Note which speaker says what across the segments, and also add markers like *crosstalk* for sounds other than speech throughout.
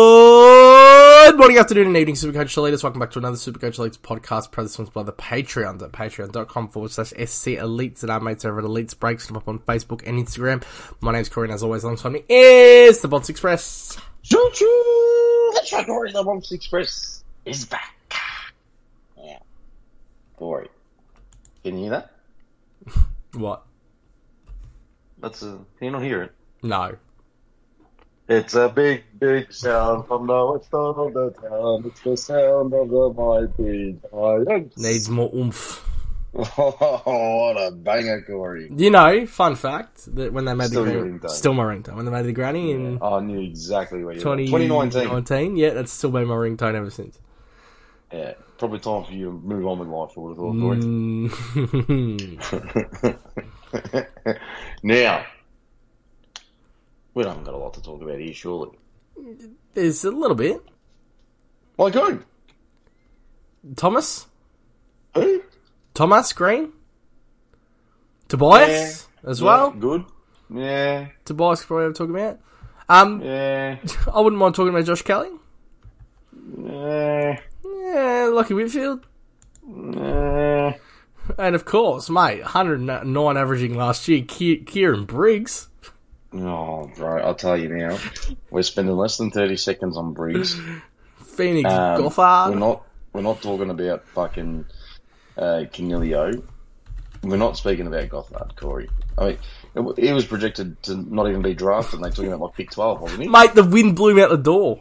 Speaker 1: Good morning, afternoon, and evening, Supercoach Elites. Welcome back to another Supercoach Elites podcast, proudly sponsored by the Patreons at patreon.com forward slash SC Elites and our mates over at Elites Breaks. Come up on Facebook and Instagram. My name's Corey, and as always, alongside me is the Bonds Express.
Speaker 2: Choo choo! The Shagori the Bumps Express is back. Yeah. Glory. Can you hear that?
Speaker 1: What?
Speaker 2: That's a, can you not hear it?
Speaker 1: No.
Speaker 2: It's a big, big sound from the western of the town. It's the sound of the mighty giants.
Speaker 1: Needs
Speaker 2: *laughs*
Speaker 1: more oomph.
Speaker 2: what a banger, Corey.
Speaker 1: You know, fun fact that when they made
Speaker 2: Still
Speaker 1: the
Speaker 2: your
Speaker 1: granny,
Speaker 2: ringtone.
Speaker 1: still my ringtone. When they made the granny in
Speaker 2: Oh, I knew exactly where you were.
Speaker 1: 20,
Speaker 2: 2019.
Speaker 1: 19, yeah, that's still been my ringtone ever since.
Speaker 2: Yeah, probably time for you to move on with life, I would have thought, Corey.
Speaker 1: Mm. *laughs*
Speaker 2: *laughs* now, we haven't got a lot to talk about here, surely.
Speaker 1: There's a little bit.
Speaker 2: Like who?
Speaker 1: Thomas?
Speaker 2: Who?
Speaker 1: Thomas Green? Tobias as well?
Speaker 2: Yeah, good. Yeah,
Speaker 1: Tobias probably I'm talking about. Um,
Speaker 2: yeah,
Speaker 1: I wouldn't mind talking about Josh Kelly.
Speaker 2: yeah,
Speaker 1: Yeah, Lucky Whitfield.
Speaker 2: yeah.
Speaker 1: And of course, mate, 109 averaging last year, Ki- Kieran Briggs.
Speaker 2: Oh, bro, I'll tell you now. We're spending less than thirty seconds
Speaker 1: *laughs*
Speaker 2: on Briggs.
Speaker 1: Phoenix
Speaker 2: Um,
Speaker 1: Goffard.
Speaker 2: We're not. We're not talking about fucking uh, Canelio. We're not speaking about Gothard, Corey. I mean, it, w- he was projected to not even be drafted, and they took him at like pick twelve, wasn't he?
Speaker 1: Mate, the wind blew him out the door.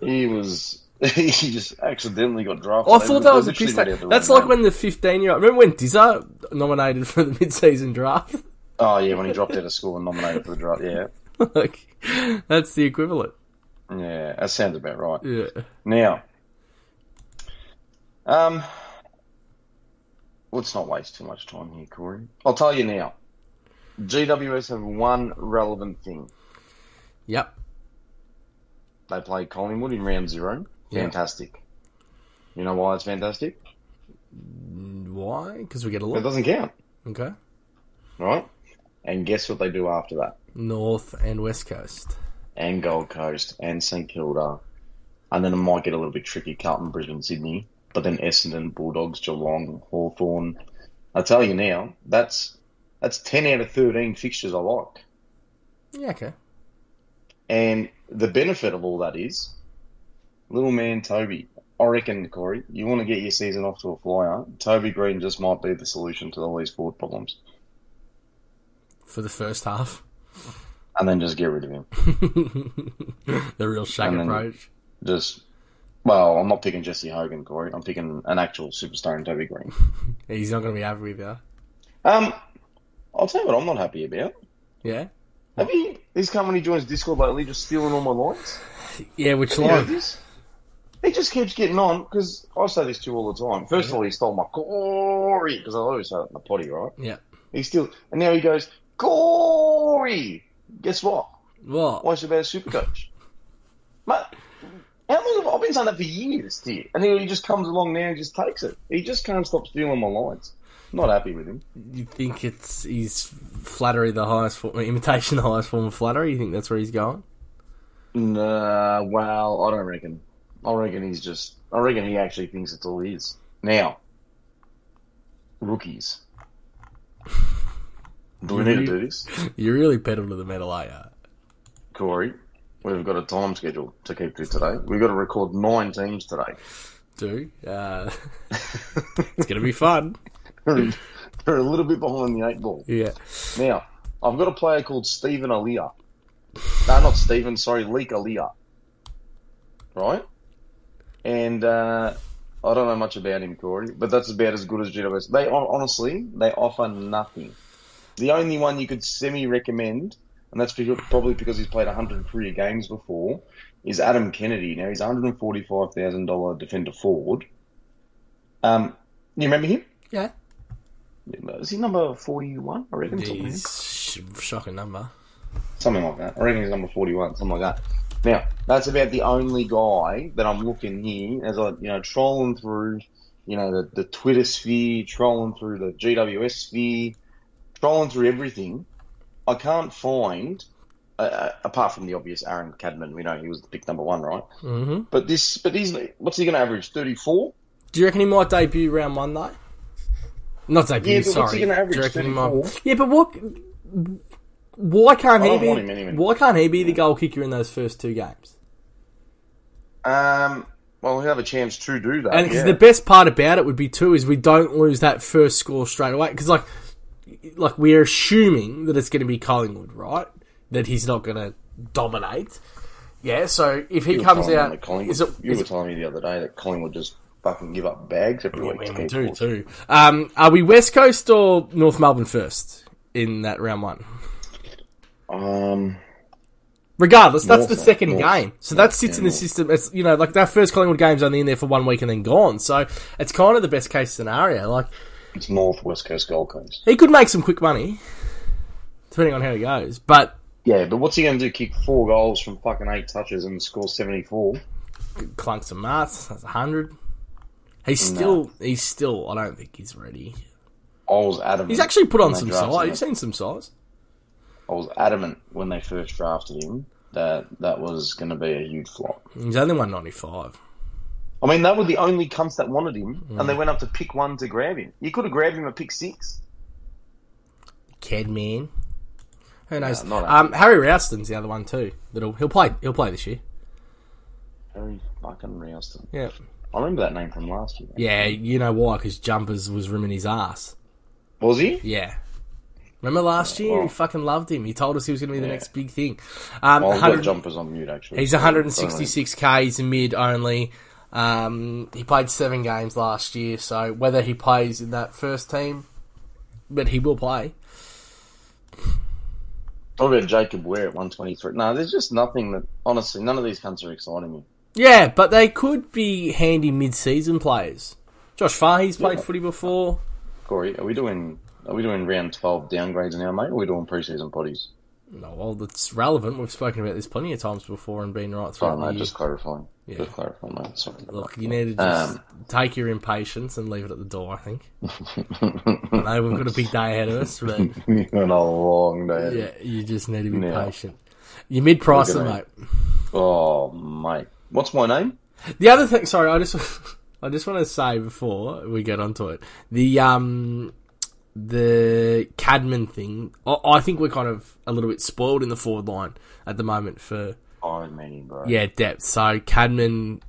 Speaker 2: He was. *laughs* He just accidentally got drafted.
Speaker 1: Oh, I
Speaker 2: They
Speaker 1: thought that was a
Speaker 2: literally
Speaker 1: piss
Speaker 2: went
Speaker 1: take.
Speaker 2: out the
Speaker 1: That's
Speaker 2: window.
Speaker 1: like when the 15 year old. Remember when Dizza nominated for the *laughs* mid season draft?
Speaker 2: Oh yeah, when he dropped out of school and nominated for the draft. Yeah,
Speaker 1: like, that's the equivalent.
Speaker 2: yeah, that sounds about right.
Speaker 1: Yeah.
Speaker 2: Now, um, let's not waste too much time here, Corey. I'll tell you now. GWS have one relevant thing.
Speaker 1: Yep.
Speaker 2: They played Collingwood in round zero.
Speaker 1: Yeah.
Speaker 2: Fantastic. You know why it's fantastic?
Speaker 1: Why? Because we get a
Speaker 2: It
Speaker 1: lot.
Speaker 2: doesn't count,
Speaker 1: Okay.
Speaker 2: right? And guess what they do after that?
Speaker 1: North and West Coast.
Speaker 2: And Gold Coast and St Kilda, and then it might get a little bit tricky. Carlton, Brisbane, Sydney, but then Essendon, Bulldogs, Geelong, Hawthorn. I tell you now, that's that's ten out of thirteen fixtures I like.
Speaker 1: Yeah, okay.
Speaker 2: And the benefit of all that is, little man Toby. I reckon, Corey, you want to get your season off to a flyer. Toby Green just might be the solution to all these forward problems,
Speaker 1: For the first half. *laughs*
Speaker 2: and then just get rid of him.
Speaker 1: the real shag
Speaker 2: And then-
Speaker 1: approach.
Speaker 2: Just, well, I'm not picking Jesse Hogan, Corey. I'm picking an actual superstar in Toby Green.
Speaker 1: He's not going to be happy with you.
Speaker 2: Um, I'll tell you what I'm not happy about.
Speaker 1: Yeah?
Speaker 2: Have you? This company joins Discord lately, just stealing all my lines.
Speaker 1: Yeah, which
Speaker 2: You know
Speaker 1: line?
Speaker 2: this? He just keeps getting on because I say this to you all the time. First of all, he stole my Corey because I always say it in the potty, right?
Speaker 1: Yeah.
Speaker 2: He still, and now he goes, Corey! Guess what?
Speaker 1: What?
Speaker 2: What's about Supercoach? Mate, how long have I been saying that for years, dear? And then he just comes along now and just takes it. He just can't stop stealing my lines. Not happy with him.
Speaker 1: You think it's he's flattery the highest form, imitation the highest form of flattery? You think that's where he's going?
Speaker 2: Nah, well, I don't reckon. I reckon he's just, I reckon he actually thinks it's all his. Now, rookies. Do we need to do this?
Speaker 1: You really pedal to the metal, are ya?
Speaker 2: Corey, we've got a time schedule to keep to today. We've got to record nine teams today. *laughs*
Speaker 1: Do? Uh, *laughs* it's going to be *laughs* fun.
Speaker 2: they're, they're a little bit behind the eight ball.
Speaker 1: Yeah.
Speaker 2: Now, I've got a player called Stephen Alia. No, not Stephen, sorry, Leek Alia. Right? And uh, I don't know much about him, Corey, but that's about as good as GWS. They hon- honestly, they offer nothing. The only one you could semi recommend, and that's because, probably because he's played 100 career games before, is Adam Kennedy. Now, he's $145,000 defender forward. Um, you remember him?
Speaker 1: Yeah.
Speaker 2: Is he number 41, I reckon? something like that?
Speaker 1: He's sh- shocking number.
Speaker 2: something like that. I reckon he's number forty-one, something like that. Now, that's about the only guy that I'm looking here as I, you know, trolling through, you know, the, the Twitter sphere, trolling through the GWS sphere, trolling through everything. I can't find uh, apart from the obvious Aaron Cadman, we know he was pick number one, right?
Speaker 1: Mm-hmm.
Speaker 2: But this, but he's what's he going to average? Thirty four.
Speaker 1: Do you reckon he might debut round one though? Not debut.
Speaker 2: Yeah, but
Speaker 1: sorry.
Speaker 2: what's he gonna average,
Speaker 1: Do you reckon he
Speaker 2: 34?
Speaker 1: might? Yeah, but what? Why can't
Speaker 2: I
Speaker 1: he
Speaker 2: don't
Speaker 1: be?
Speaker 2: want him anyway.
Speaker 1: Why can't he be the goal kicker in those first two games?
Speaker 2: Um, well, he'll have a chance to do that.
Speaker 1: And 'cause
Speaker 2: yeah.
Speaker 1: the best part about it would be too is we don't lose that first score straight away because like, like we're assuming that it's going to be Collingwood, right? That he's not going to dominate. Yeah, so if he
Speaker 2: You were
Speaker 1: comes
Speaker 2: telling me that
Speaker 1: out,
Speaker 2: Collingwood-
Speaker 1: is it,
Speaker 2: you
Speaker 1: is
Speaker 2: were
Speaker 1: it-
Speaker 2: telling me the other day that Collingwood just fucking give up bags every
Speaker 1: yeah,
Speaker 2: week.
Speaker 1: we
Speaker 2: to
Speaker 1: we do
Speaker 2: people.
Speaker 1: too. Um, are we West Coast or North Melbourne first in that round one?
Speaker 2: Um,
Speaker 1: Regardless, that's
Speaker 2: North,
Speaker 1: the second
Speaker 2: North.
Speaker 1: game. So that sits in the
Speaker 2: North.
Speaker 1: system. It's you know, like that first Collingwood game's only in there for one week and then gone. So it's kind of the best case scenario. Like
Speaker 2: it's North West Coast Gold Coast.
Speaker 1: he could make some quick money, depending on how he goes. But
Speaker 2: Yeah, but what's he going to do? Kick four goals from fucking eight touches and score seventy four?
Speaker 1: clunks and marts, that's hundred. He's still he's still I don't think he's ready.
Speaker 2: I was adamant.
Speaker 1: He's actually put on
Speaker 2: when they
Speaker 1: some
Speaker 2: drafted
Speaker 1: size.
Speaker 2: him.
Speaker 1: You've seen some size.
Speaker 2: I was adamant when they first drafted him that that was going to be a huge flop.
Speaker 1: He's only one ninety five.
Speaker 2: I mean, they were the only cunts that wanted him, and they
Speaker 1: Mm.
Speaker 2: went up to pick one to grab him. You could have grabbed him at pick six.
Speaker 1: Ked man. Who knows?
Speaker 2: not
Speaker 1: um, Harry Rouston's the other one too. That'll he'll play he'll play this year.
Speaker 2: Harry fucking Rouston.
Speaker 1: Yeah.
Speaker 2: I remember that name from last year.
Speaker 1: Yeah, you know why? Because Jumpers was rimming his ass.
Speaker 2: Was he?
Speaker 1: Yeah. Remember last year?
Speaker 2: well-
Speaker 1: he fucking loved him. He told us he was going to be the next big thing. Um,
Speaker 2: Oh, I've got
Speaker 1: 100
Speaker 2: jumpers on mute actually.
Speaker 1: he's 166k. He's a mid only. Um, he played seven games last year, so whether he plays in that first team, but he will play.
Speaker 2: What about Jacob Ware at 123? No, there's just nothing that, honestly, none of these cunts are exciting me.
Speaker 1: Yeah, but they could be handy mid-season players. Josh Fahey's played footy before.
Speaker 2: Corey, are we doing, are we doing round 12 downgrades now, mate? Or are we doing preseason potties?
Speaker 1: No, well, that's relevant. We've spoken about this plenty of times before and been right through
Speaker 2: Sorry,
Speaker 1: the
Speaker 2: mate,
Speaker 1: year.
Speaker 2: just clarifying.
Speaker 1: Oh, Yeah.
Speaker 2: Just clarifying, mate. Sorry. *laughs*
Speaker 1: Look, you need to just
Speaker 2: Um,
Speaker 1: take your impatience and leave it at the door. I
Speaker 2: *laughs*
Speaker 1: think. I know we've got a big day ahead of us, but
Speaker 2: You've got a long day.
Speaker 1: yeah, you just need to be
Speaker 2: Yeah.
Speaker 1: patient. You're mid pricer,
Speaker 2: Look
Speaker 1: mate.
Speaker 2: at Oh, mate. What's my name?
Speaker 1: The other thing, sorry, I just, *laughs* I just want to say before we get onto it, the um, the Cadman thing. I, I think we're kind of a little bit spoiled in the forward line at the moment for
Speaker 2: I mean, bro.
Speaker 1: yeah depth. So Cadman.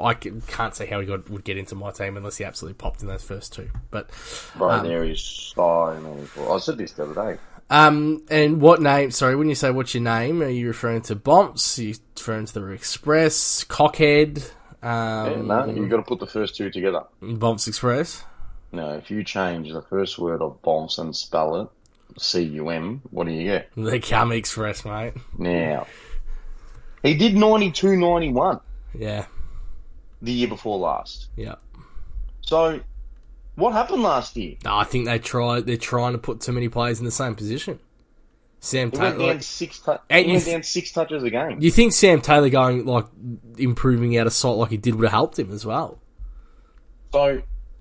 Speaker 1: I can- can't say how he got, would get into my team unless he absolutely popped in those first two. But
Speaker 2: Bro, there is so many. I said this the other day.
Speaker 1: Um, and what name? Sorry, when you say what's your name, are you referring to Bomps? Are you referring to the Express, Cockhead,
Speaker 2: Yeah,
Speaker 1: um,
Speaker 2: no, you've got to put the first two together.
Speaker 1: Bomps Express?
Speaker 2: Now, if you change the first word of bonks and spell it C U M, what do you get?
Speaker 1: The Cam Express, mate.
Speaker 2: Now, he did 92 91
Speaker 1: Yeah,
Speaker 2: the year before last.
Speaker 1: yeah.
Speaker 2: So, what happened last year?
Speaker 1: No, I think they try. They're trying to put too many players in the same position. Sam
Speaker 2: He
Speaker 1: Taylor.
Speaker 2: went down
Speaker 1: Uh, Like,
Speaker 2: six, tu-
Speaker 1: And
Speaker 2: he went
Speaker 1: you-
Speaker 2: down six touches a game.
Speaker 1: you think Sam Taylor going like improving out of sight like he did would have helped him as well?
Speaker 2: So,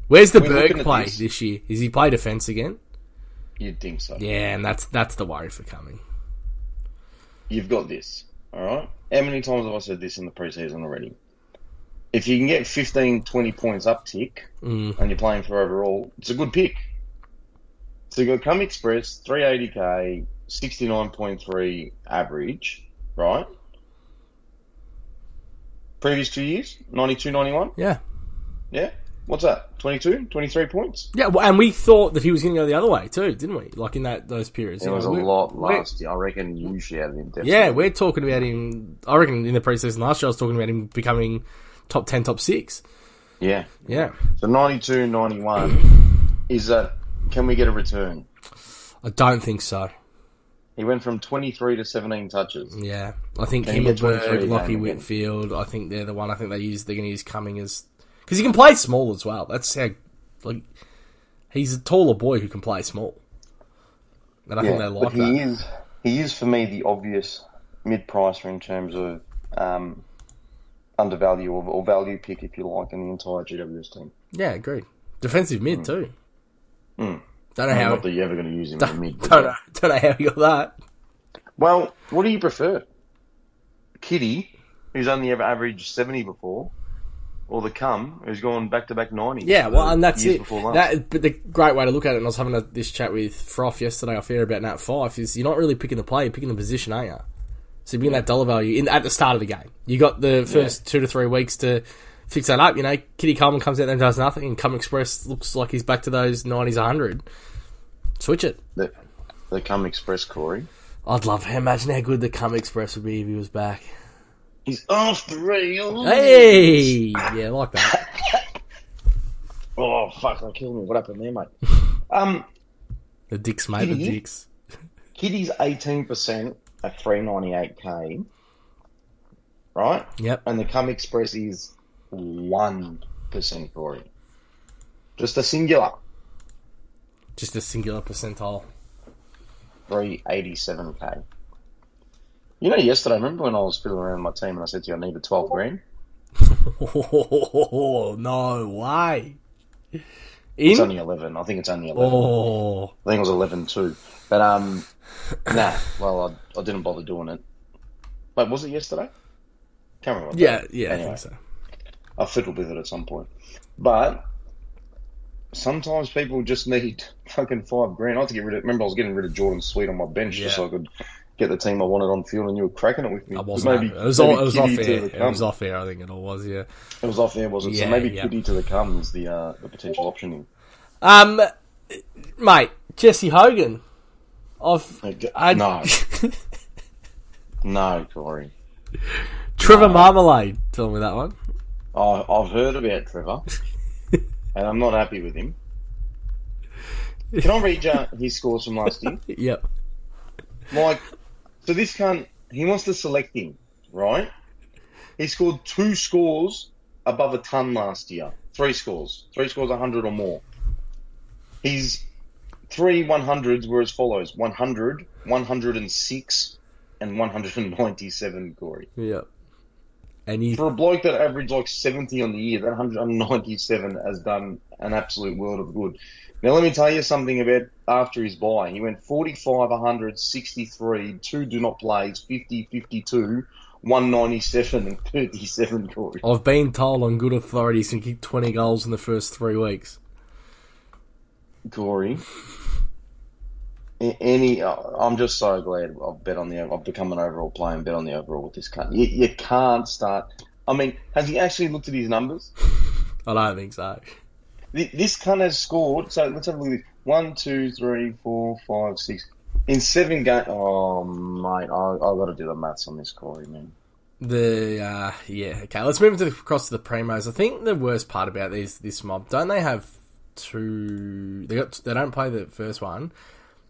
Speaker 1: Where's the
Speaker 2: We're looking
Speaker 1: Berg
Speaker 2: at
Speaker 1: play
Speaker 2: this.
Speaker 1: this. year? Is he play defence again?
Speaker 2: you'd think so.
Speaker 1: Yeah, and that's that's the worry for coming.
Speaker 2: You've got this. All right? How many times have I said this in the preseason already? If you can get 15, 20 points uptick
Speaker 1: Mm.
Speaker 2: and you're playing for overall, it's a good pick. So you've got Come Express, 380k, 69.3 average, right? Previous two years, 92, 91.
Speaker 1: Yeah.
Speaker 2: Yeah. What's that? 22, 23 points?
Speaker 1: Yeah, well, and we thought that he was going to go the other way too, didn't we? Like in that those periods,
Speaker 2: There
Speaker 1: you
Speaker 2: was a
Speaker 1: know, we're-
Speaker 2: lot
Speaker 1: we're-
Speaker 2: last year. I reckon you should have him. Definitely.
Speaker 1: Yeah, we're talking about him. I reckon in the preseason last year, I was talking about him becoming top ten, top six.
Speaker 2: Yeah.
Speaker 1: Yeah,
Speaker 2: So 92, 91 is that can we get a return?
Speaker 1: I don't think so.
Speaker 2: He went from 23 to 17 touches.
Speaker 1: Yeah, I think
Speaker 2: Can
Speaker 1: him
Speaker 2: he
Speaker 1: and
Speaker 2: get 23
Speaker 1: Bird,
Speaker 2: game
Speaker 1: Lockie
Speaker 2: again?
Speaker 1: Whitfield. I think they're the one. I think they use. They're going to use Cumming as because he can play small as well. That's how like he's a taller boy who can play small, and I think they like
Speaker 2: but he
Speaker 1: that.
Speaker 2: is he is for me the obvious mid pricer in terms of um, undervalue or, or value pick if you like in the entire GWS team.
Speaker 1: Yeah, agreed. Defensive mid
Speaker 2: Hmm.
Speaker 1: too. Don't know
Speaker 2: Not
Speaker 1: how.
Speaker 2: that you're ever going to use him in the
Speaker 1: *laughs*
Speaker 2: mid.
Speaker 1: Don't know, don't know how he got that.
Speaker 2: Well, what do you prefer? Kitty, who's only ever averaged 70 before, or the cum, who's gone back to back 90.
Speaker 1: Yeah, well, and that's
Speaker 2: years
Speaker 1: it.
Speaker 2: before last.
Speaker 1: That, but the great way to look at it, and I was having a, this chat with Froth yesterday off air about Nat Fife, is you're not really picking the play, you're picking the position, are you? So you're picking that dollar value in, at the start of the game. You got the first two to three weeks to fix that up. You know, Kitty Coleman comes out there and does nothing, and Cum Express looks like he's back to those 90s, 100. Switch it.
Speaker 2: The, the cum express, Corey.
Speaker 1: I'd love Imagine how good the Cum Express would be if he was back.
Speaker 2: He's off the rails.
Speaker 1: Hey! Yeah, I like that.
Speaker 2: Oh, fuck, that killed me. What happened
Speaker 1: *laughs*
Speaker 2: there, mate? um,
Speaker 1: The dicks, mate, the
Speaker 2: Mhm.
Speaker 1: dicks.
Speaker 2: Kitty's 18% at 398k, right?
Speaker 1: Yep.
Speaker 2: And the cum express is 1%, Corey. Just a singular.
Speaker 1: Just a singular percentile.
Speaker 2: 387k. You know, yesterday, remember when I was fiddling around with my team and I said to you, I need a 12 grand?
Speaker 1: *laughs* Oh, no way. In?
Speaker 2: It's only 11. I think it's only 11.
Speaker 1: Hmm? Oh,
Speaker 2: I think it was 11 too. But, um, nah, well, I, I didn't bother doing it. Wait, was it yesterday? Can't remember.
Speaker 1: yeah, yeah, I
Speaker 2: Anyway.
Speaker 1: think so.
Speaker 2: I fiddled with it at some point. But sometimes people just need fucking five grand. I had to get rid of. Remember, I was getting rid of Jordan Sweet on my bench just
Speaker 1: Yeah.
Speaker 2: so I could get the team I wanted on field, and you were cracking it with me.
Speaker 1: I wasn't.
Speaker 2: Maybe-
Speaker 1: it was, all,
Speaker 2: maybe
Speaker 1: it was off
Speaker 2: Kitty to
Speaker 1: air.
Speaker 2: the
Speaker 1: It
Speaker 2: cum.
Speaker 1: was off air, I think it all was, yeah.
Speaker 2: It was off air, was it?
Speaker 1: Yeah,
Speaker 2: so maybe
Speaker 1: yeah.
Speaker 2: Kitty to the cum is the uh, the potential option. Here.
Speaker 1: Um, mate, Jesse Hogan. I've.
Speaker 2: Okay.
Speaker 1: I-
Speaker 2: No, no, Corey.
Speaker 1: *laughs* Trevor Marmalade told me that one.
Speaker 2: I, I've heard about Trevor, and I'm not happy with him. Can I read you his scores from last year?
Speaker 1: Yep.
Speaker 2: Mike, so this cunt, he wants to select him, right? He scored two scores above a ton last year. Three scores. Three scores, 100 or more. His three 100s were as follows 100, 106, and 197, Corey.
Speaker 1: Yep. And you.
Speaker 2: For a bloke that averaged like 70 on the year, that 197 has done an absolute world of good. Now, let me tell you something about after his buy. He went 45, 100, 63, two do not plays, 50, 52, 197, and 37 Corey.
Speaker 1: I've been told on good authority he's going to kick 20 goals in the first three weeks.
Speaker 2: Corey. A- Any, uh, I'm just so glad I've bet on the. I've become an overall player and bet on the overall with this cunt. You, you can't start. I mean, has he actually looked at his numbers?
Speaker 1: I don't think so.
Speaker 2: Th- This cunt has scored. So let's have a look at this. One, two, three, four, five, six. In seven games. Oh, mate. i i got to do the maths on this, Corey, man.
Speaker 1: The uh, yeah okay. Let's move into the, across to the primos. I think the worst part about these this mob don't they have two? They got they don't play the first one.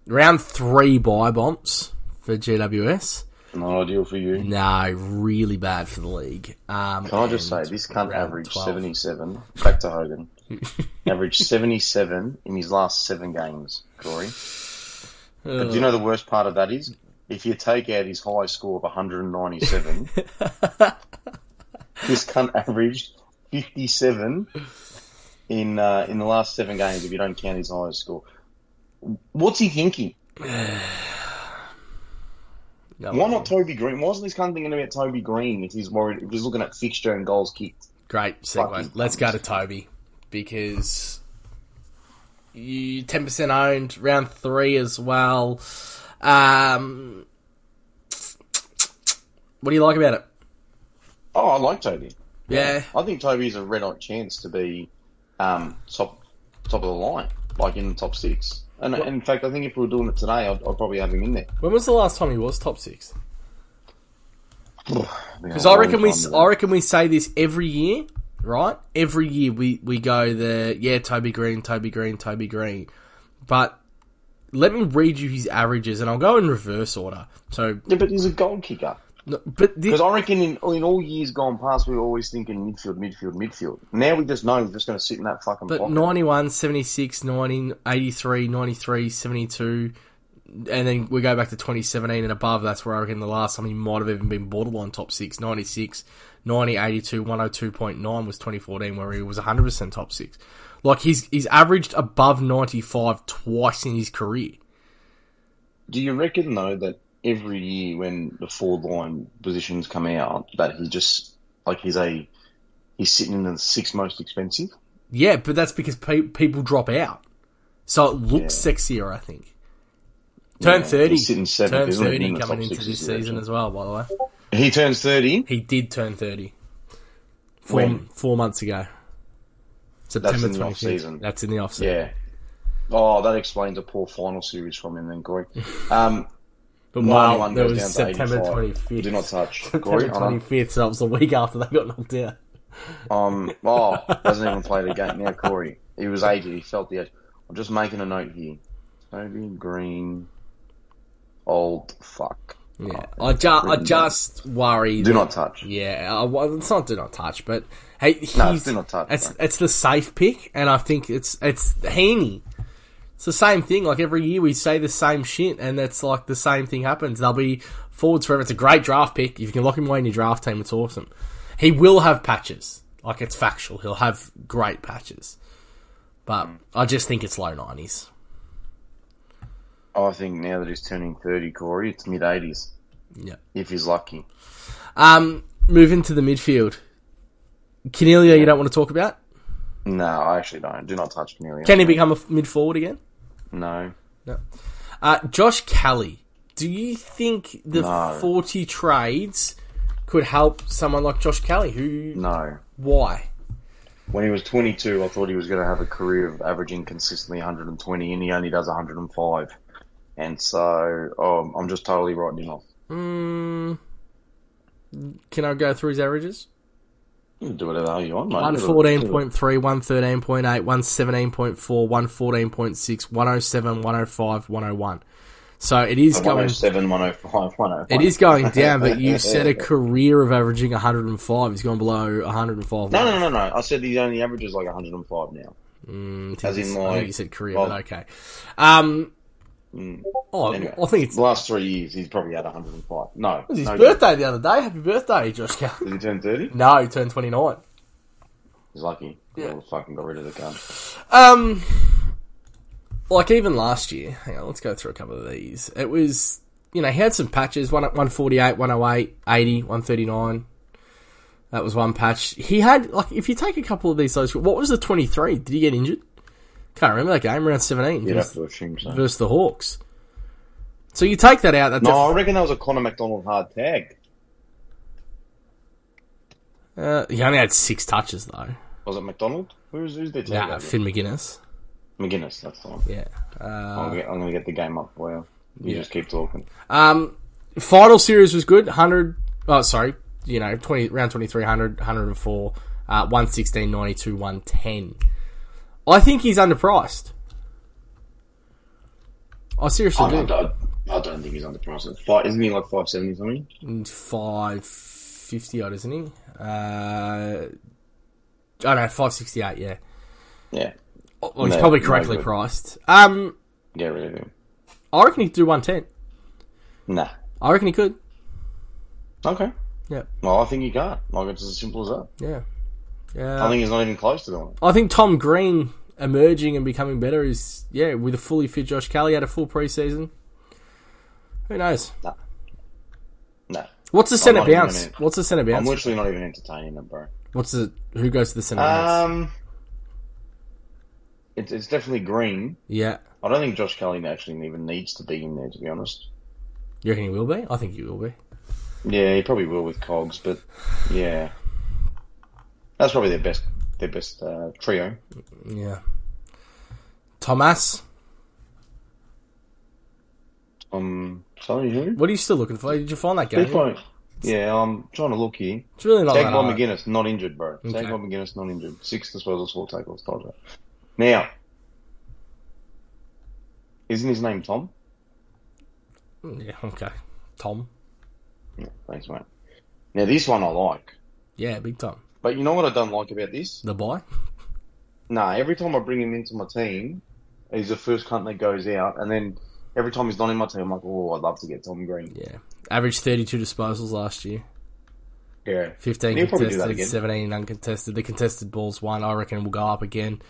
Speaker 1: Round three buy bombs for GWS.
Speaker 2: Not ideal for you.
Speaker 1: No, really bad for the league. Um,
Speaker 2: Can I just say,
Speaker 1: and
Speaker 2: this cunt
Speaker 1: round
Speaker 2: averaged
Speaker 1: 12.
Speaker 2: 77. Back
Speaker 1: *laughs*
Speaker 2: to Hogan. averaged 77 in his last seven games, Corey. But do you know the worst part of that is? If you take out his high score
Speaker 1: *laughs*
Speaker 2: of 197, this cunt averaged 57 in uh, in the last seven games. If you don't count his highest score, what's he thinking?
Speaker 1: No,
Speaker 2: Why not Toby Green? Why isn't this cunt thinking about Toby Green if he's worried? If he's looking at fixture and goals kicked,
Speaker 1: Great segue.
Speaker 2: Fucking
Speaker 1: Let's go to Toby because you ten percent owned round three as well. Um, what do you like about it?
Speaker 2: oh, I like Toby.
Speaker 1: Yeah,
Speaker 2: I think Toby's a red hot chance to be um, top top of the line, like in the top six. And, and in fact, I think if we were doing it today, I'd, I'd probably have him in there.
Speaker 1: When was the last time he was top six?
Speaker 2: Because
Speaker 1: So I reckon we, I reckon we say this every year, right? Every year we we go the yeah Toby Green, Toby Green, Toby Green, but let me read you his averages, and I'll go in reverse order. So,
Speaker 2: yeah, but he's a goal kicker.
Speaker 1: no, but this,
Speaker 2: Because I reckon in, in all years gone past, we were always thinking midfield, midfield, midfield. Now we just know he's just going to sit in that fucking
Speaker 1: But
Speaker 2: pocket.
Speaker 1: 91, 76, 90, 83, 93, 72, and then we go back to 2017 and above. That's where I reckon the last time he might have even been borderline top six. 96, 90, 82, 102.9 was 2014, where he was 100% top six. Like, he's, he's averaged above 95 twice in his career.
Speaker 2: Do you reckon though that every year when the forward line positions come out that he just like he's a he's sitting in the sixth most expensive.
Speaker 1: Yeah, but that's because pe- people drop out, so it looks sexier. I think. Turn
Speaker 2: Yeah,
Speaker 1: thirty.
Speaker 2: he's sitting seventh,
Speaker 1: turn
Speaker 2: isn't he,
Speaker 1: thirty
Speaker 2: in the top
Speaker 1: coming into
Speaker 2: six
Speaker 1: this
Speaker 2: this year,
Speaker 1: season
Speaker 2: actually.
Speaker 1: as well. By the way,
Speaker 2: He turns thirty.
Speaker 1: he did turn thirty. Four
Speaker 2: When?
Speaker 1: four months ago. September
Speaker 2: in the
Speaker 1: 25th.
Speaker 2: off-season.
Speaker 1: That's in the off season.
Speaker 2: Yeah. Oh, that explains a poor final series from him then, Corey. Um,
Speaker 1: but *laughs* wow,
Speaker 2: 91
Speaker 1: there
Speaker 2: goes
Speaker 1: was
Speaker 2: down to
Speaker 1: September
Speaker 2: 85.
Speaker 1: twenty fifth.
Speaker 2: Do not touch, uh,
Speaker 1: *laughs*
Speaker 2: Corey.
Speaker 1: September
Speaker 2: I don't-
Speaker 1: twenty fifth. So it was the week after they got knocked out.
Speaker 2: Um,
Speaker 1: *laughs*
Speaker 2: oh, doesn't even play the game now, Corey. He was aged. He felt the edge. I'm just making a note here. Toby Green, old fuck.
Speaker 1: Yeah,
Speaker 2: Oh,
Speaker 1: I, ju- I
Speaker 2: written down.
Speaker 1: just worry. that-
Speaker 2: Do not touch.
Speaker 1: Yeah, I, well, it's not do not touch, but hey, he's,
Speaker 2: No, it's do not touch,
Speaker 1: It's,
Speaker 2: bro.
Speaker 1: it's the safe pick, and I think it's it's Heaney. It's the same thing. Like every year, we say the same shit, and that's like the same thing happens. They'll be forwards forever. It's a great draft pick. If you can lock him away in your draft team, it's awesome. He will have patches. Like it's factual. He'll have great patches, but
Speaker 2: Hmm.
Speaker 1: I just think it's low nineties.
Speaker 2: Oh, I think now that he's turning 30, Corey, it's mid 80s
Speaker 1: Yeah.
Speaker 2: if he's lucky.
Speaker 1: Um, moving to the midfield, Canelio, you don't want to talk about.
Speaker 2: No, I actually don't. Do not touch Cornelio.
Speaker 1: Can he become a f- mid forward again?
Speaker 2: No.
Speaker 1: Uh, Josh Kelly, do you think the
Speaker 2: No.
Speaker 1: 40 trades could help someone like Josh Kelly? Who,
Speaker 2: No.
Speaker 1: why?
Speaker 2: When he was 22, I thought he was going to have a career of averaging consistently 120, and he only does 105. And so um, I'm just totally writing him off.
Speaker 1: Mm, can I go through his averages?
Speaker 2: You can do whatever the hell you want, mate.
Speaker 1: One fourteen point three, one thirteen point eight, one seventeen point four, one fourteen point six, one oh seven, one oh five, one oh one. So it is going
Speaker 2: 107, 105, 105.
Speaker 1: it is
Speaker 2: *laughs*
Speaker 1: going down, but you said a career of averaging 105. He's gone below 105.
Speaker 2: No, no, no, no. I said the only average is like 105 now.
Speaker 1: Mm,
Speaker 2: As in,
Speaker 1: I think
Speaker 2: like,
Speaker 1: you said career,
Speaker 2: well-
Speaker 1: but okay. Um,
Speaker 2: Mm.
Speaker 1: oh,
Speaker 2: Anyway.
Speaker 1: I think it's
Speaker 2: The last three years, he's probably at 105. No.
Speaker 1: It was his
Speaker 2: no
Speaker 1: birthday the other day. Happy birthday, Josh Kelly. *laughs*
Speaker 2: Did he turn 30?
Speaker 1: No, he turned 29.
Speaker 2: He's lucky.
Speaker 1: Yeah.
Speaker 2: Yeah. fucking got rid of the gun.
Speaker 1: Um, like even last year, hang on, let's go through a couple of these. It was, you know, he had some patches, one oh 148, 108, 80, 139. That was one patch. He had, like, if you take a couple of these, those, what was the 23? Did he get injured? Can't remember that game, round 17
Speaker 2: You'd have
Speaker 1: versus,
Speaker 2: to assume so.
Speaker 1: versus the Hawks. So you take that out, that
Speaker 2: No, I reckon that was a Connor McDonald hard tag.
Speaker 1: uh, he only had six touches, though.
Speaker 2: Was it McDonald? Who's, who's their
Speaker 1: Yeah,
Speaker 2: tag?
Speaker 1: Finn McGuinness.
Speaker 2: McGuinness, that's the one.
Speaker 1: Yeah. Uh,
Speaker 2: I'll get, I'm going to get the game up for you. You
Speaker 1: Yeah.
Speaker 2: just keep talking.
Speaker 1: Um, final series was good. 100, oh, sorry, you know, 20, round 23, 100, 104, uh, 116, 92, 110. I think he's underpriced. I seriously
Speaker 2: I don't,
Speaker 1: do.
Speaker 2: I, I don't think he's underpriced. Five, isn't he like 570 something?
Speaker 1: 550 odd, isn't he? Uh, I don't know, 568, yeah. Oh,
Speaker 2: Yeah.
Speaker 1: Well, he's
Speaker 2: No,
Speaker 1: probably
Speaker 2: no
Speaker 1: correctly
Speaker 2: good.
Speaker 1: priced. Um,
Speaker 2: Get rid of him.
Speaker 1: I reckon he could do 110.
Speaker 2: Nah.
Speaker 1: I reckon he could.
Speaker 2: Okay.
Speaker 1: Yeah.
Speaker 2: Well, I think you can't. Like, it's as simple as that.
Speaker 1: Yeah.
Speaker 2: I
Speaker 1: Yeah.
Speaker 2: think he's not even close to doing it.
Speaker 1: I think Tom Green emerging and becoming better is yeah, with a fully fit Josh Kelly had a full preseason. Who knows?
Speaker 2: Nah. Nah.
Speaker 1: What's the centre
Speaker 2: not even
Speaker 1: bounce?
Speaker 2: gonna-
Speaker 1: What's the centre
Speaker 2: I'm
Speaker 1: bounce?
Speaker 2: literally not even entertaining them, bro.
Speaker 1: What's the who goes to the centre bounce?
Speaker 2: Um, it's, it's definitely green.
Speaker 1: Yeah.
Speaker 2: I don't think Josh Kelly actually even needs to be in there, to be honest.
Speaker 1: You reckon he will be? I think he will be.
Speaker 2: Yeah, he probably will with Cogs, but yeah, that's probably their best their best uh, trio.
Speaker 1: Yeah. Thomas,
Speaker 2: Um, sorry, who?
Speaker 1: what are you still looking for? Did you find that
Speaker 2: Who
Speaker 1: game?
Speaker 2: played? Yeah, I'm trying to look here.
Speaker 1: It's really not
Speaker 2: Tag
Speaker 1: that
Speaker 2: by
Speaker 1: hard.
Speaker 2: McGuinness, not injured, bro. Tag
Speaker 1: Okay.
Speaker 2: by McGuinness, not injured. Six disposals, four tackles. Told you. Now, isn't his name Tom?
Speaker 1: Yeah, okay. Tom.
Speaker 2: Yeah, thanks, mate. Now, this one I like.
Speaker 1: Yeah, big Tom.
Speaker 2: But you know what I don't like about this?
Speaker 1: The boy.
Speaker 2: Nah, every time I bring him into my team, he's the first cunt that goes out. And then every time he's not in my team, I'm like, oh, I'd love to get Tom Green.
Speaker 1: Yeah. Averaged thirty two disposals last year.
Speaker 2: Yeah.
Speaker 1: 15
Speaker 2: He'll probably do that
Speaker 1: contested,
Speaker 2: again.
Speaker 1: 17 uncontested. The contested ball's one. I reckon will go up again.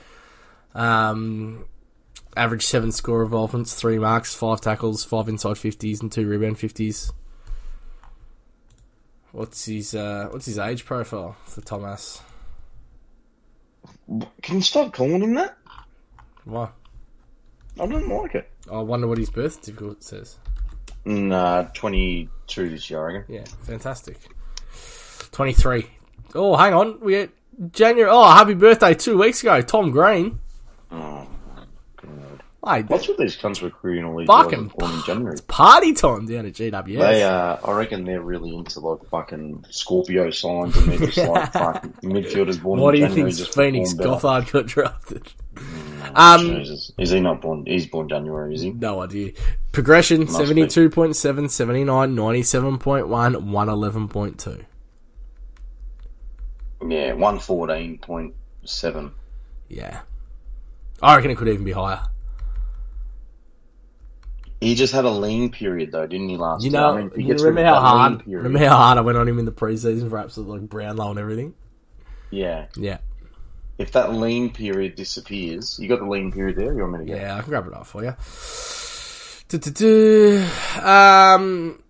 Speaker 1: Um, Average seven score involvements, three marks, five tackles, five inside fifties, and two rebound fifties. What's his uh, What's his age profile for Thomas?
Speaker 2: Can you stop calling him that?
Speaker 1: Why?
Speaker 2: I don't like it.
Speaker 1: I wonder what his birth certificate says.
Speaker 2: Nah, 22 this year, I reckon.
Speaker 1: Yeah, fantastic. Twenty three. Oh, hang on, we had January. Oh, happy birthday two weeks ago, Tom Green.
Speaker 2: Oh, God.
Speaker 1: Hey,
Speaker 2: What's with these cunts recruiting all these
Speaker 1: Fuck
Speaker 2: guys
Speaker 1: 'em.
Speaker 2: born in January?
Speaker 1: party time down at GWS.
Speaker 2: They, uh, I reckon they're really into like fucking Scorpio signs and they're
Speaker 1: *laughs*
Speaker 2: just like fucking midfielders born
Speaker 1: Why do
Speaker 2: in
Speaker 1: you
Speaker 2: January.
Speaker 1: think
Speaker 2: just
Speaker 1: Phoenix
Speaker 2: perform better. Mm,
Speaker 1: Gothard got *laughs* drafted? Um,
Speaker 2: Jesus. Is he not born? He's born January, is he?
Speaker 1: no idea. Progression
Speaker 2: be.
Speaker 1: 72.7, 79, 97.1, 111.2. Mm.
Speaker 2: Yeah, 114.7.
Speaker 1: Yeah. I reckon it could even be higher.
Speaker 2: He just had a lean period though, didn't he? Last
Speaker 1: You
Speaker 2: year?
Speaker 1: know,
Speaker 2: I mean, if he
Speaker 1: you
Speaker 2: gets rid
Speaker 1: remember how
Speaker 2: of that lean
Speaker 1: hard
Speaker 2: period-
Speaker 1: remember how hard I went on him in the preseason for absolute like Brownlow and everything?
Speaker 2: Yeah,
Speaker 1: Yeah.
Speaker 2: if that lean period disappears, you got the lean period there. You want me to go?
Speaker 1: Yeah, I can grab it off for you. Du-du-du. Um,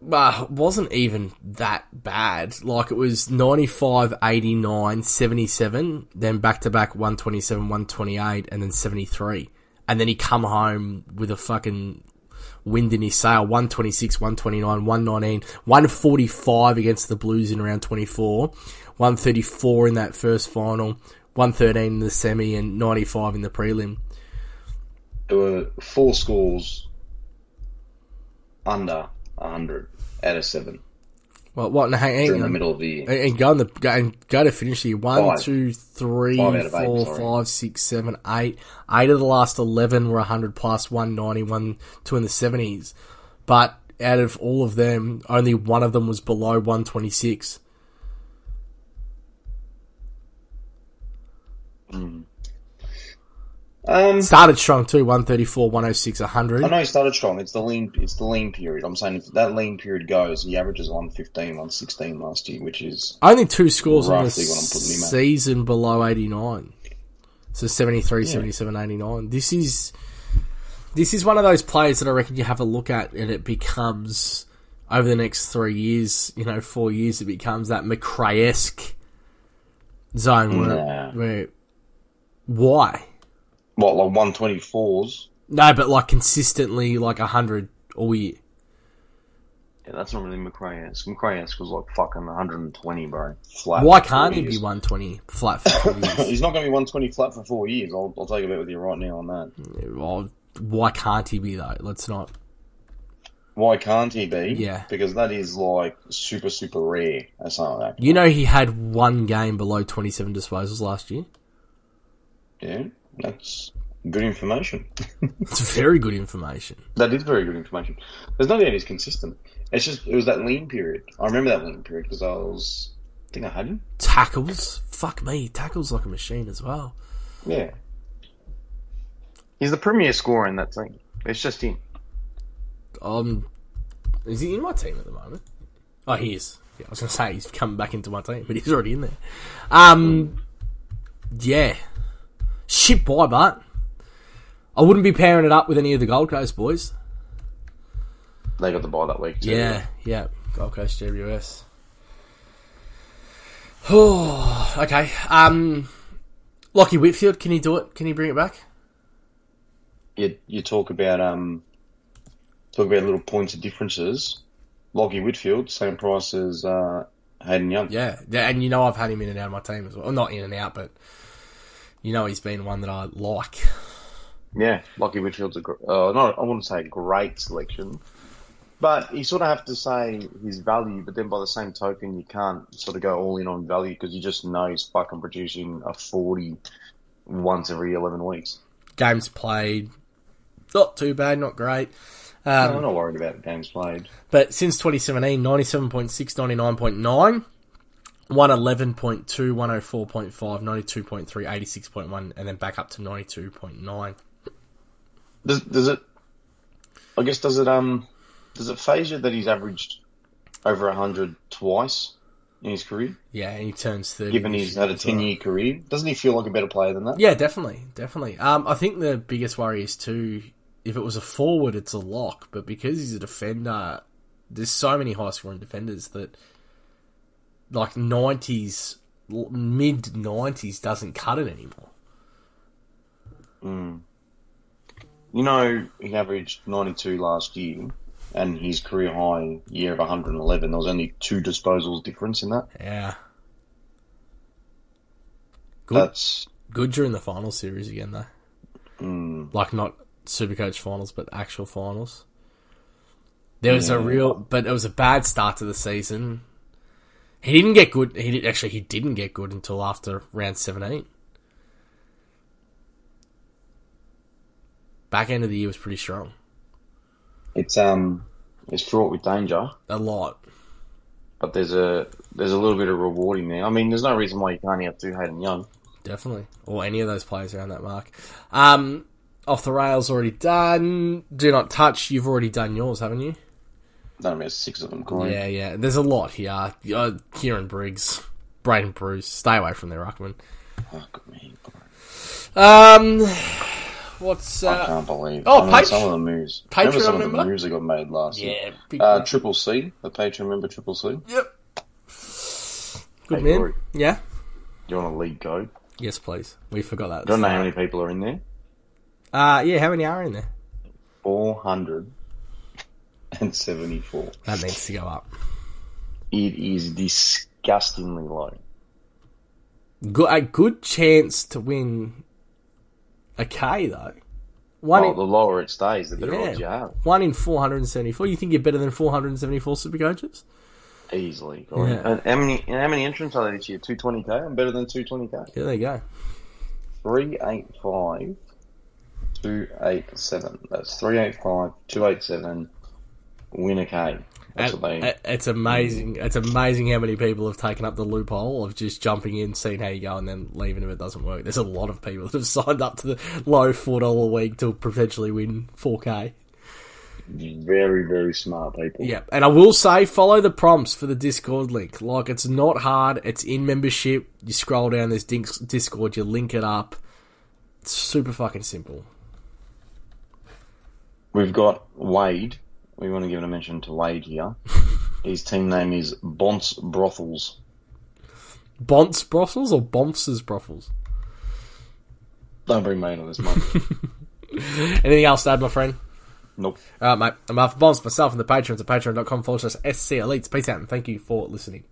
Speaker 1: well, it wasn't even that bad. Like, it was 95, 89, 77, then back to back 127, 128, and then 73. And then he come home with a fucking wind in his sail 126, 129, 119, 145 against the Blues in round 24, 134 in that first final, 113 in the semi, and 95 in the prelim.
Speaker 2: There were four scores under hundred out of seven
Speaker 1: Well, what? No, hang,
Speaker 2: during
Speaker 1: hang
Speaker 2: the
Speaker 1: on.
Speaker 2: middle of the year.
Speaker 1: And, and go on the go- and go to finish here. One,
Speaker 2: Five.
Speaker 1: two, three,
Speaker 2: Five out of eight,
Speaker 1: four,
Speaker 2: sorry.
Speaker 1: five, six, seven, eight. Eight of the last eleven were hundred plus, one ninety, one two in the seventies. But out of all of them, only one of them was below one twenty six.
Speaker 2: Um,
Speaker 1: Started strong too, 134, 106, 100.
Speaker 2: I know he started strong. It's the lean. It's the lean period. I'm saying if that lean period goes, he averages 115, 116 last year, which is
Speaker 1: Only two scores in the
Speaker 2: Roughly what I'm putting him at.
Speaker 1: season below 89. So 73, 77, 89. This is this is one of those players that I reckon you have a look at and it becomes over the next 3 years, you know, 4 years it becomes that McRae-esque zone where,
Speaker 2: Nah.
Speaker 1: where why?
Speaker 2: what like 124s.
Speaker 1: No, but like consistently like 100 all year.
Speaker 2: Yeah, that's not really McRae-esque. McRae-esque was like fucking 120, bro. Flat.
Speaker 1: Why
Speaker 2: for
Speaker 1: can't he
Speaker 2: years.
Speaker 1: be 120 flat for 4 years? *laughs*
Speaker 2: He's not going to be 120 flat for four years. I'll, I'll take a bet with you right now on that.
Speaker 1: Well, why can't he be though? Let's not
Speaker 2: Why can't he be?
Speaker 1: Yeah.
Speaker 2: Because that is like super, super rare or something like that.
Speaker 1: You know he had one game below 27 disposals last year. *laughs*
Speaker 2: Yeah. That's good information. *laughs*
Speaker 1: It's very good information.
Speaker 2: That is very good information. There's no doubt he's consistent. It's just, it was that lean period. I remember that lean period because I was, I think I had him.
Speaker 1: Tackles, fuck me, tackles like a machine as well.
Speaker 2: Yeah. He's the premier scorer in that team. It's just him.
Speaker 1: Um, is he in my team at the moment? Oh, he is. Yeah, I was gonna *laughs* say he's coming back into my team, but he's already in there. Um, yeah, shit, boy, but I wouldn't be pairing it up with any of the Gold Coast boys.
Speaker 2: They got the ball that week too.
Speaker 1: Yeah, yeah. Gold Coast GWS. Oh, *sighs* okay. Um, Lockie Whitfield, can he do it? Can he bring it back?
Speaker 2: you you talk about um talk about little points of differences. Lockie Whitfield, same price as uh, Hayden Young.
Speaker 1: Yeah, yeah. And you know, I've had him in and out of my team as well. well. Not in and out, but you know, he's been one that I like.
Speaker 2: Yeah, Lockie Whitfield's a gr- uh, not I wouldn't say a great selection, but you sort of have to say his value. But then by the same token, you can't sort of go all in on value because you just know he's fucking producing a forty once every eleven weeks.
Speaker 1: Games played, not too bad, not great.
Speaker 2: No, I'm not worried about games played.
Speaker 1: But since 2017, 97.6, 99.9, 111.2, 104.5, 92.3, 86.1, and then back up to 92.9.
Speaker 2: Does, does it? I guess does it um does it phase you that he's averaged over hundred twice in his career,
Speaker 1: Yeah, and he turns 30.
Speaker 2: given
Speaker 1: this
Speaker 2: he's had a
Speaker 1: as well.
Speaker 2: 10 year career. Doesn't he feel like a better player than that?
Speaker 1: Yeah, definitely, definitely. Um, I think the biggest worry is too if it was a forward, it's a lock, but because he's a defender, there's so many high scoring defenders that like nineties, mid nineties doesn't cut it anymore.
Speaker 2: You know, he averaged 92 last year, and his career high year of 111. There was only two disposals difference in that.
Speaker 1: Yeah, Good.
Speaker 2: That's
Speaker 1: good during the final series again though. Like not Supercoach finals, but actual finals. There was a real, but it was a bad start to the season. He didn't get good. He did, actually he didn't get good until after round seventeen. Back end of the year was pretty strong.
Speaker 2: it's um it's fraught with danger,
Speaker 1: A lot.
Speaker 2: but there's a there's a little bit of rewarding there. I mean, there's no reason why you can't have two Hayden Young.
Speaker 1: Definitely. Or any of those players around that mark. Um, off the rails already done. Do not touch. You've already done yours, haven't you?
Speaker 2: No, there's six of them. Corey.
Speaker 1: Yeah, yeah. There's a lot here. Uh, Kieran Briggs, Braden Bruce. Stay away from there, Ruckman.
Speaker 2: Fuck me.
Speaker 1: Um, what's
Speaker 2: I
Speaker 1: uh?
Speaker 2: can't believe.
Speaker 1: Oh,
Speaker 2: I mean,
Speaker 1: Pat-
Speaker 2: some of the moves. Remember
Speaker 1: Patreon
Speaker 2: some of the
Speaker 1: member?
Speaker 2: moves that got made last year.
Speaker 1: Yeah, big
Speaker 2: Uh, Triple C, the Patreon member Triple C.
Speaker 1: yep. Good
Speaker 2: Hey,
Speaker 1: man.
Speaker 2: Rory.
Speaker 1: Yeah.
Speaker 2: You want a league code?
Speaker 1: Yes, please. We forgot that.
Speaker 2: Don't know how many people are in there.
Speaker 1: Uh, yeah. How many are in there?
Speaker 2: Four hundred and seventy-four.
Speaker 1: That needs to go up.
Speaker 2: It is disgustingly low.
Speaker 1: Good, a good chance to win a K though. One
Speaker 2: Well,
Speaker 1: in
Speaker 2: the lower it stays, the better
Speaker 1: Yeah.
Speaker 2: odds you have.
Speaker 1: one in four hundred and seventy four. You think you're better than four hundred and seventy four super coaches?
Speaker 2: Easily. Corey.
Speaker 1: Yeah.
Speaker 2: And how many and how many entrants are there this year? Two twenty K? I'm better than two twenty K.
Speaker 1: Yeah, there you go.
Speaker 2: Three eight five two eight seven. That's three eight five two eight seven. Win a K. That's what they
Speaker 1: It- It's amazing. It's amazing how many people have taken up the loophole of just jumping in, seeing how you go, and then leaving if it doesn't work. There's a lot of people *laughs* that have signed up to the low four dollar week to potentially win four k.
Speaker 2: very, very smart people.
Speaker 1: Yeah, and I will say, follow the prompts for the Discord link. Like, it's not hard. It's in membership. You scroll down. There's Dinks- Discord. You link it up. It's super fucking simple.
Speaker 2: We've got Wade. We want to give a mention to Wade here. His team name is Bonce Brothels.
Speaker 1: Bonts brothels or Bomps's brothels.
Speaker 2: Don't bring me into this month.
Speaker 1: Anything else to add, my friend?
Speaker 2: nope.
Speaker 1: All right, mate. I'm Alpha Bonds, myself, and the patrons at patreon.com forward slash SC Elites. Peace out, and thank you for listening.